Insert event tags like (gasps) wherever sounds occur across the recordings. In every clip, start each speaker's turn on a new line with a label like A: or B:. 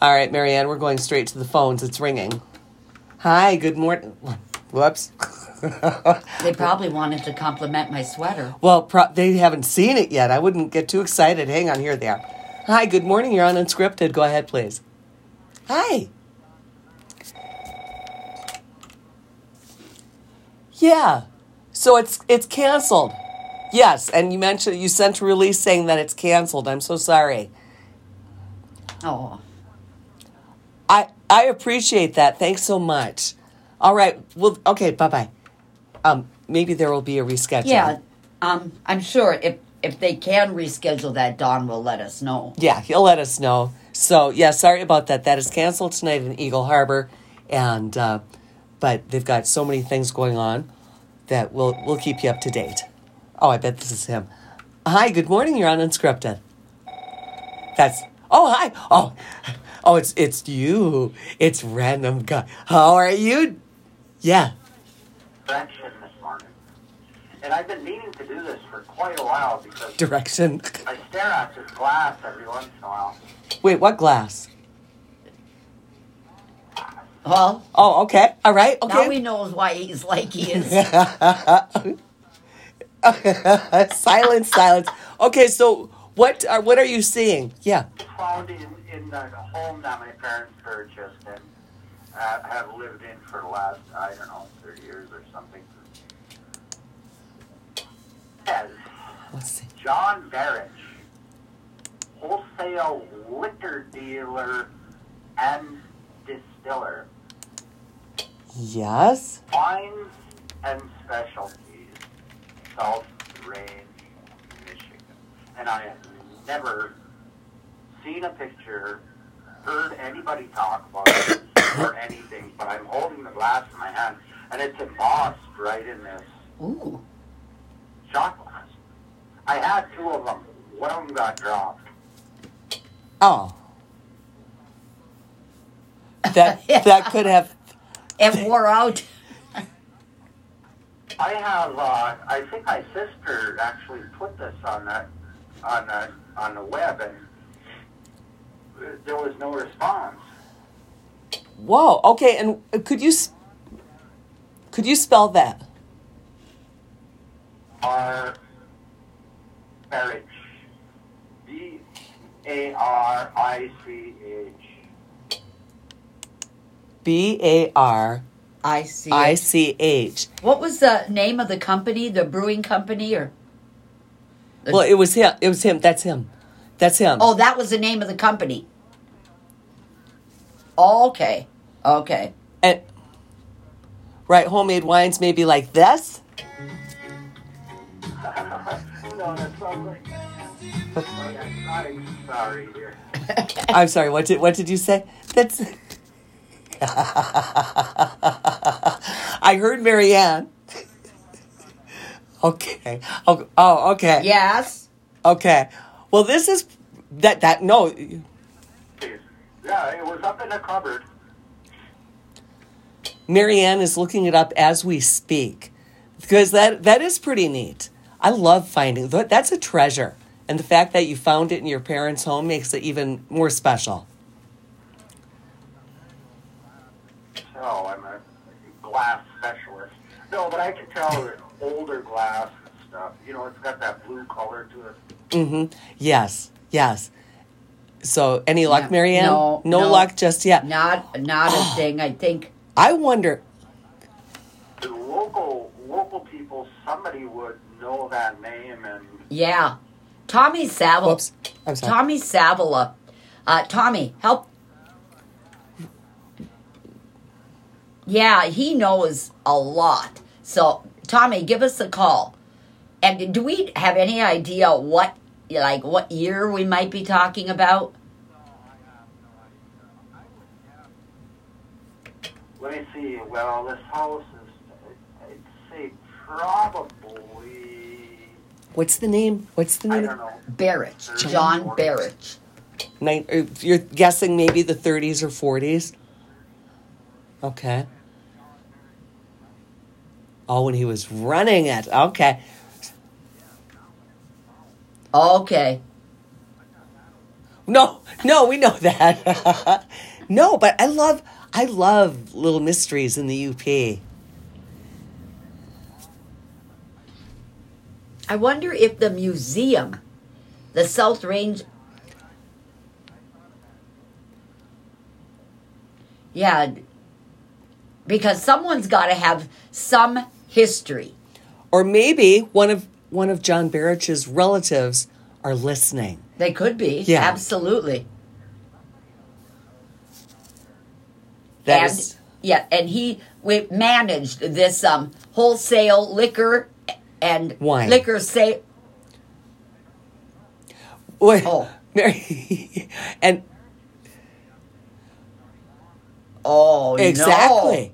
A: All right, Marianne, we're going straight to the phones. It's ringing. Hi, good morning. Whoops. (laughs)
B: They probably wanted to compliment my sweater.
A: Well, pro- they haven't seen it yet. I wouldn't get too excited. Hang on, here they are. Hi, good morning. You're on Unscripted. Go ahead, please. Hi. Yeah. So it's it's canceled. Yes, and you mentioned you sent a release saying that it's canceled. I'm so sorry.
B: Oh,
A: I I appreciate that. Thanks so much. All right. Well, okay. Bye bye. Um, maybe there will be a reschedule.
B: yeah. Um, I'm sure if if they can reschedule that, Don will let us know.
A: Yeah, he'll let us know. So yeah, sorry about that. That is canceled tonight in Eagle Harbor, and uh, but they've got so many things going on that we'll we'll keep you up to date. Oh, I bet this is him. Hi, good morning. You're on Unscripted. That's oh hi oh oh it's it's you. It's random guy. How are you? Yeah.
C: direction this morning. And I've been meaning to do this for quite a while because
A: Direction.
C: I stare at this glass every once in a while.
A: Wait, what glass?
B: Well,
A: Oh, okay. All right. Okay.
B: now he knows why he's like he is.
A: (laughs) silence, silence. Okay, so what are what are you seeing? Yeah.
C: Found in, in the home that my parents purchased and uh, have lived in for the last, I don't know, 30 years or something. Says
A: Let's see.
C: John Barrich, wholesale liquor dealer and distiller,
A: Yes.
C: wines and specialties, South Range, Michigan. And I have never seen a picture, heard anybody talk about it (coughs) or anything, but I'm holding the glass in my hand and it's embossed right in this
B: Ooh,
C: shot glass. I had two of them. One of them got dropped.
A: Oh.
B: (laughs)
A: That that could have
B: it wore out.
C: I have. Uh, I think my sister actually put this on the on the on the web, and there was no response.
A: Whoa. Okay, and could you s- could you spell that?
C: R. Barrich. B. A. R. I. C. H.
A: B A R
B: I see.
A: I C H.
B: What was the name of the company, the brewing company, or?
A: Well, it was him. It was him. That's him. That's him.
B: Oh, that was the name of the company. Okay, okay.
A: And right, homemade wines maybe like this.
C: No, that's something. Okay, I'm sorry here.
A: I'm sorry. What did what did you say? That's. (laughs) I heard Marianne. (laughs) okay. Oh, oh, okay.
B: Yes.
A: Okay. Well, this is that that no.
C: Please. Yeah, it was up in the cupboard.
A: Marianne is looking it up as we speak because that that is pretty neat. I love finding that. That's a treasure, and the fact that you found it in your parents' home makes it even more special.
C: So Oh, I'm a glass specialist. No, but I can tell that older glass and stuff. You know, it's got that blue color to it.
A: Yes. Yes. So, any luck,
B: Yeah.
A: Marianne?
B: No, no.
A: luck just yet.
B: Not not
A: (gasps)
B: a thing. I think.
A: I wonder.
C: The local local people, somebody would know that name, and
B: Yeah. Tommy Savile.
A: Whoops. I'm sorry.
B: Tommy Savila. Uh, Tommy, help. Yeah, he knows a lot. So, Tommy, give us a call. And do we have any idea what, like, what year we might be talking about?
C: let me see. Well, this house is, I'd say probably,
A: What's the name? What's the
C: I
A: name?
C: don't know.
B: Barrich, John Barrich.
A: Nine, or you're guessing maybe the 30s or 40s. Okay. Oh, when he was running it. Okay.
B: Okay.
A: No, no, we know that. (laughs) no, but I love I love little mysteries in the UP.
B: I wonder if the museum, the South Range. Yeah, because someone's got to have some history.
A: Or maybe one of one of John Barrich's relatives are listening.
B: They could be.
A: Yeah.
B: Absolutely.
A: That
B: and,
A: is-
B: yeah, and he we managed this um, wholesale liquor and
A: Wine.
B: liquor sale.
A: Wait,
B: Oh.
A: Mary, (laughs) and
B: Oh, no.
A: exactly,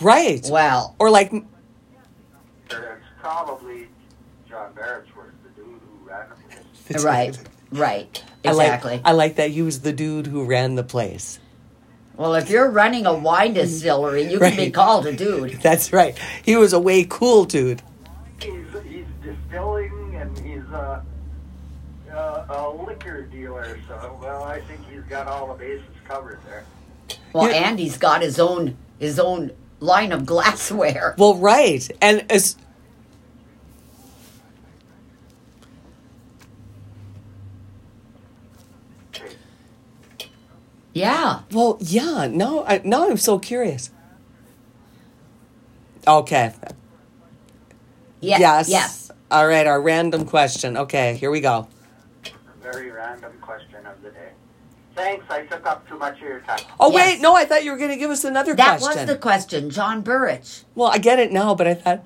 A: right?
B: Well,
A: Or like,
C: It's probably John Barrett's work, the dude who ran the place.
B: right, right,
A: I like-
B: exactly.
A: I like that he was the dude who ran the place.
B: well, if you're running a wine distillery, you can be
A: Mm. Right.
B: called a dude.
A: That's right. He was a way cool dude.
C: He's, he's distilling and he's a, uh, a liquor dealer, so, well, I think he's got all the bases covered there.
B: Well,
A: Yeah.
B: and he's got his own his own line of glassware.
A: Well, right, and as
C: Okay.
B: Yeah.
A: well, yeah. Now, I, now I'm so curious. Okay.
B: Yes.
A: yes.
B: Yes.
A: All right. Our random question. Okay. Here we go.
C: Very random question of the day. Thanks, I took up too much of your time.
A: Oh
B: Yes.
A: wait, no. I thought you were going to give us another
B: That
A: question.
B: was the question, John Burrich.
A: Well, I get it now, but I
B: (laughs)
A: thought.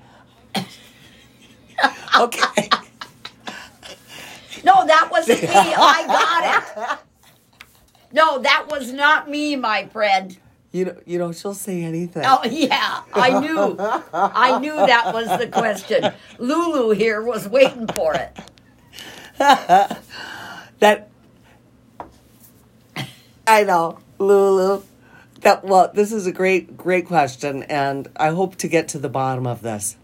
A: okay.
B: No, that wasn't me.
A: (laughs)
B: I got it. No, that was not me, my friend.
A: You know, you know, she'll say anything.
B: Oh yeah, I knew. I knew that was the question. Lulu here was waiting for it.
A: That. I know, Lulu. That well, this is a great, great question, and I hope to get to the bottom of this.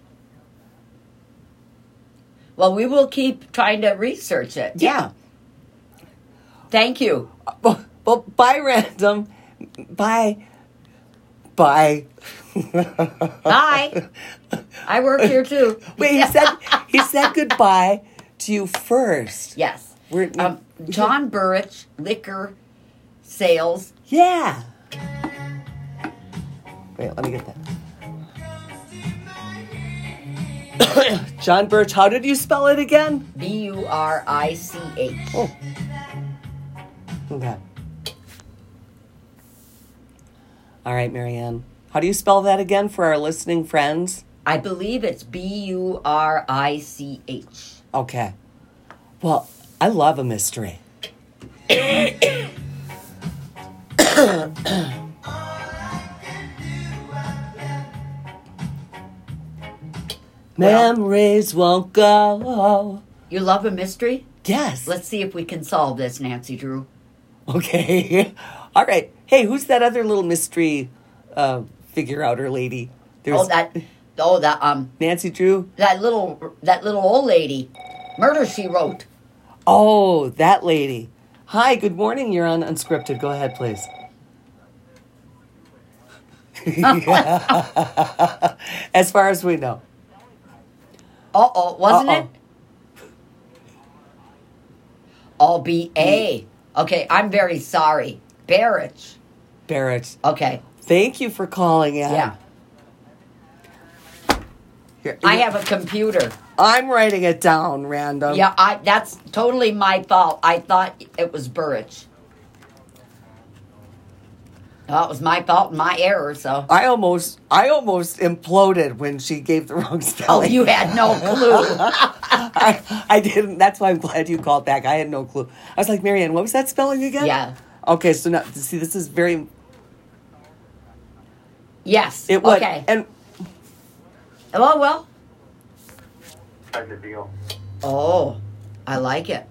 B: Well, we will keep trying to research it. Thank you.
A: Well, (laughs) well bye, random. Bye. Bye.
B: Bye. (laughs) I work here too.
A: Wait, he said he said goodbye to you first.
B: Yes.
A: We're-
B: Um, John Burrich, liquor sales.
A: Yeah. Wait, let me get that. (coughs) John Birch, how did you spell it again?
B: B U R I C H.
A: Oh. Okay. All right, Marianne. How do you spell that again for our listening friends?
B: I believe it's B U R I C H.
A: Okay. Well, I love a
B: (coughs)
A: mystery.
B: Well-
A: Memories won't go.
B: You love a mystery?
A: Yes.
B: Let's see if we can solve this, Nancy Drew.
A: okay. (laughs) All right. Hey, who's that other little mystery uh, figure outer lady? There's
B: Oh, that. Oh, that um,
A: Nancy Drew.
B: that little that little old lady, murder she wrote.
A: Oh, that lady. Hi, good morning. You're on Unscripted. Go ahead,
B: (laughs)
A: please. as far as we know.
B: Uh oh, wasn't
A: Uh-oh.
B: it? Oh, B A. Okay, I'm very sorry, Barrich.
A: Barrett,
B: Okay,
A: thank you for calling in.
B: yeah.
A: Here,
B: I have a computer.
A: I'm writing it down, random.
B: Yeah, I that's totally my fault. I thought it was Burridge. Well, it was my fault and my error, so
A: I almost I almost imploded when she gave the wrong
B: oh,
A: spelling. (laughs)
B: you had no clue.
A: I, I didn't. That's why I'm glad you called back. I had no clue. I was like, Marianne, what was that spelling again?
B: Yeah.
A: Okay, so now see this is very
B: yes.
A: it was
B: Okay.
A: and
B: oh well.
C: Kind of deal.
B: Oh, I like it.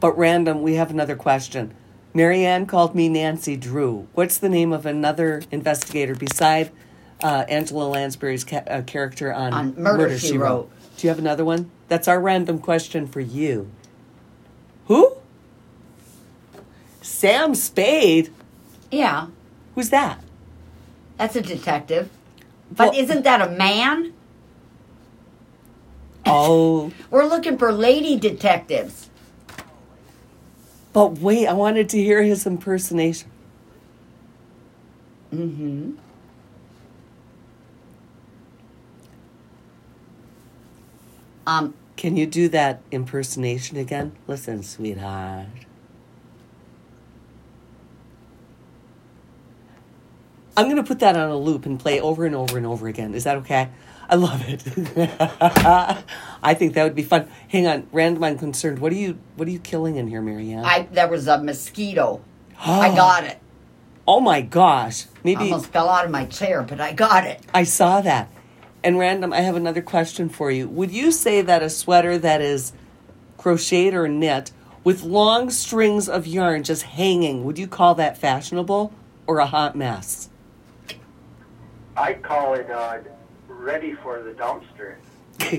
A: But random, we have another question. Marianne called me Nancy Drew. What's the name of another investigator beside uh, Angela Lansbury's ca- uh, character on,
B: On Murder, She Wrote.
A: Do you have another one? That's our random question for you. Who? Sam Spade?
B: Yeah,
A: Who's
B: (laughs)
A: that?
B: that's a detective. But
A: Well-
B: isn't that a man?
A: Oh,
B: We're looking for lady detectives.
A: but wait, I wanted to hear his impersonation.
B: Mm-hmm. Um,
A: Can you do that impersonation again? Listen, sweetheart. I'm going to put that on a loop and play over and over and over again. Is that okay? I love it. (laughs) I think that would be fun. Hang on, random and concerned. What are you what are you killing in here, Marianne?
B: I there was a mosquito. I got it.
A: Oh my gosh. Maybe
B: Almost fell out of my chair, but I got it.
A: I saw that. And random, I have another question for you. Would you say that a sweater that is crocheted or knit with long strings of yarn just hanging, would you call that fashionable or a hot mess?
C: I call it uh, ready for the dumpster.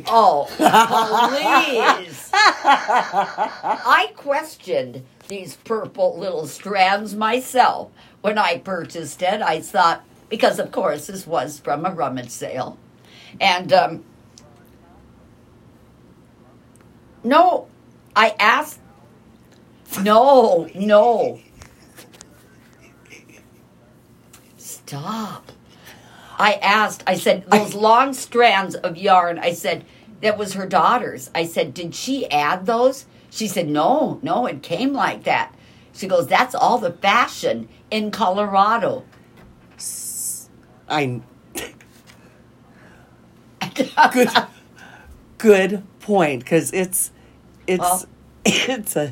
B: Oh, please! I questioned these purple little strands myself when I purchased it. I thought because, of course, this was from a rummage sale, and um, no, I asked. No, no. Stop. I asked, I said, those long strands of yarn, I said, that was her daughter's. I said, did she add those? She said, no, no, it came like that. She goes, that's all the fashion in Colorado. (laughs)
A: I good good point because it's it's
B: Well-
A: (laughs) it's a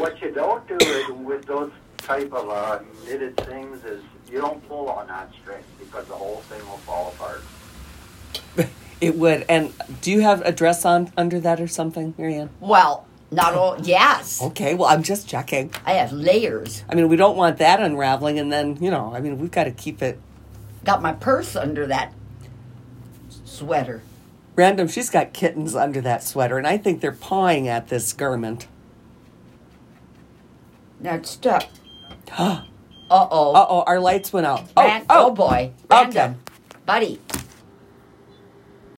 C: what you don't do is with those type of uh, knitted things is you don't pull on that string because the whole thing will fall apart.
A: it would. And do you have a dress on under that or something, Marianne?
B: Well, not all, yes.
A: Okay, well I'm just checking.
B: I have layers.
A: I mean, we don't want that unraveling, and then you know, I mean, we've got to keep it
B: Got my purse under that sweater.
A: random. She's got kittens under that sweater, and I think they're pawing at this garment. (gasps)
B: Now it's stuck.
A: uh
B: Uh-oh.
A: oh, our lights went out. Oh,
B: Ran-
A: oh,
B: boy.
A: Okay.
B: Random. Buddy.